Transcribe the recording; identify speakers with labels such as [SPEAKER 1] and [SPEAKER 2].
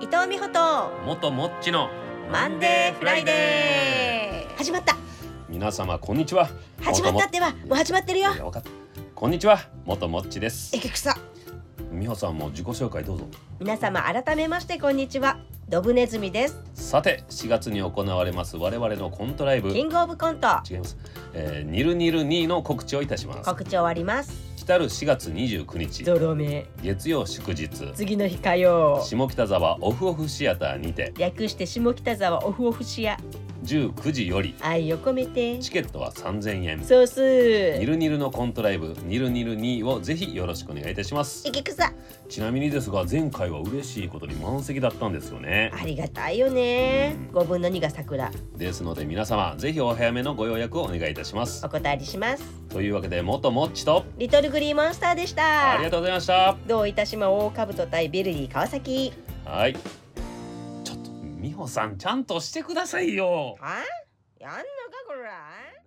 [SPEAKER 1] 伊藤美穂と
[SPEAKER 2] 元もっちの
[SPEAKER 1] マンデーフライデー始まった
[SPEAKER 2] ー皆様こんにちは
[SPEAKER 1] 始まったってはもう始まってるよ
[SPEAKER 2] いやわかったこんにちは元もっちです
[SPEAKER 1] えけくさ
[SPEAKER 2] 美穂さんも自己紹介どうぞ
[SPEAKER 1] 皆様改めましてこんにちはドブネズミです
[SPEAKER 2] さて4月に行われます我々のコントライブ
[SPEAKER 1] キ
[SPEAKER 2] 違い
[SPEAKER 1] ングオブコント
[SPEAKER 2] ます、えー、ニルニル2の告知をいたします
[SPEAKER 1] 告知終わります
[SPEAKER 2] 来る4月29日
[SPEAKER 1] ロ目
[SPEAKER 2] 月曜祝日
[SPEAKER 1] 次の日火曜
[SPEAKER 2] 下北沢オフオフシアターにて
[SPEAKER 1] 略して下北沢オフオフシア
[SPEAKER 2] 19時より
[SPEAKER 1] 愛を込めて
[SPEAKER 2] チケットは3000円
[SPEAKER 1] ソース
[SPEAKER 2] ニルニルのコントライブニルニル2をぜひよろしくお願いいたします
[SPEAKER 1] えけくさ
[SPEAKER 2] ちなみにですが前回は嬉しいことに満席だったんですよね
[SPEAKER 1] ありがたいよね5分の2が桜
[SPEAKER 2] ですので皆様ぜひお早めのご予約をお願いいたします
[SPEAKER 1] お断りします
[SPEAKER 2] というわけで元もっちと
[SPEAKER 1] リトルグリーモンスターでし
[SPEAKER 2] あ
[SPEAKER 1] た
[SPEAKER 2] りがとうございました
[SPEAKER 1] どういたしま大兜対ベルディ川崎
[SPEAKER 2] はいちょっと美穂さんちゃんとしてくださいよ
[SPEAKER 1] あやんのかこら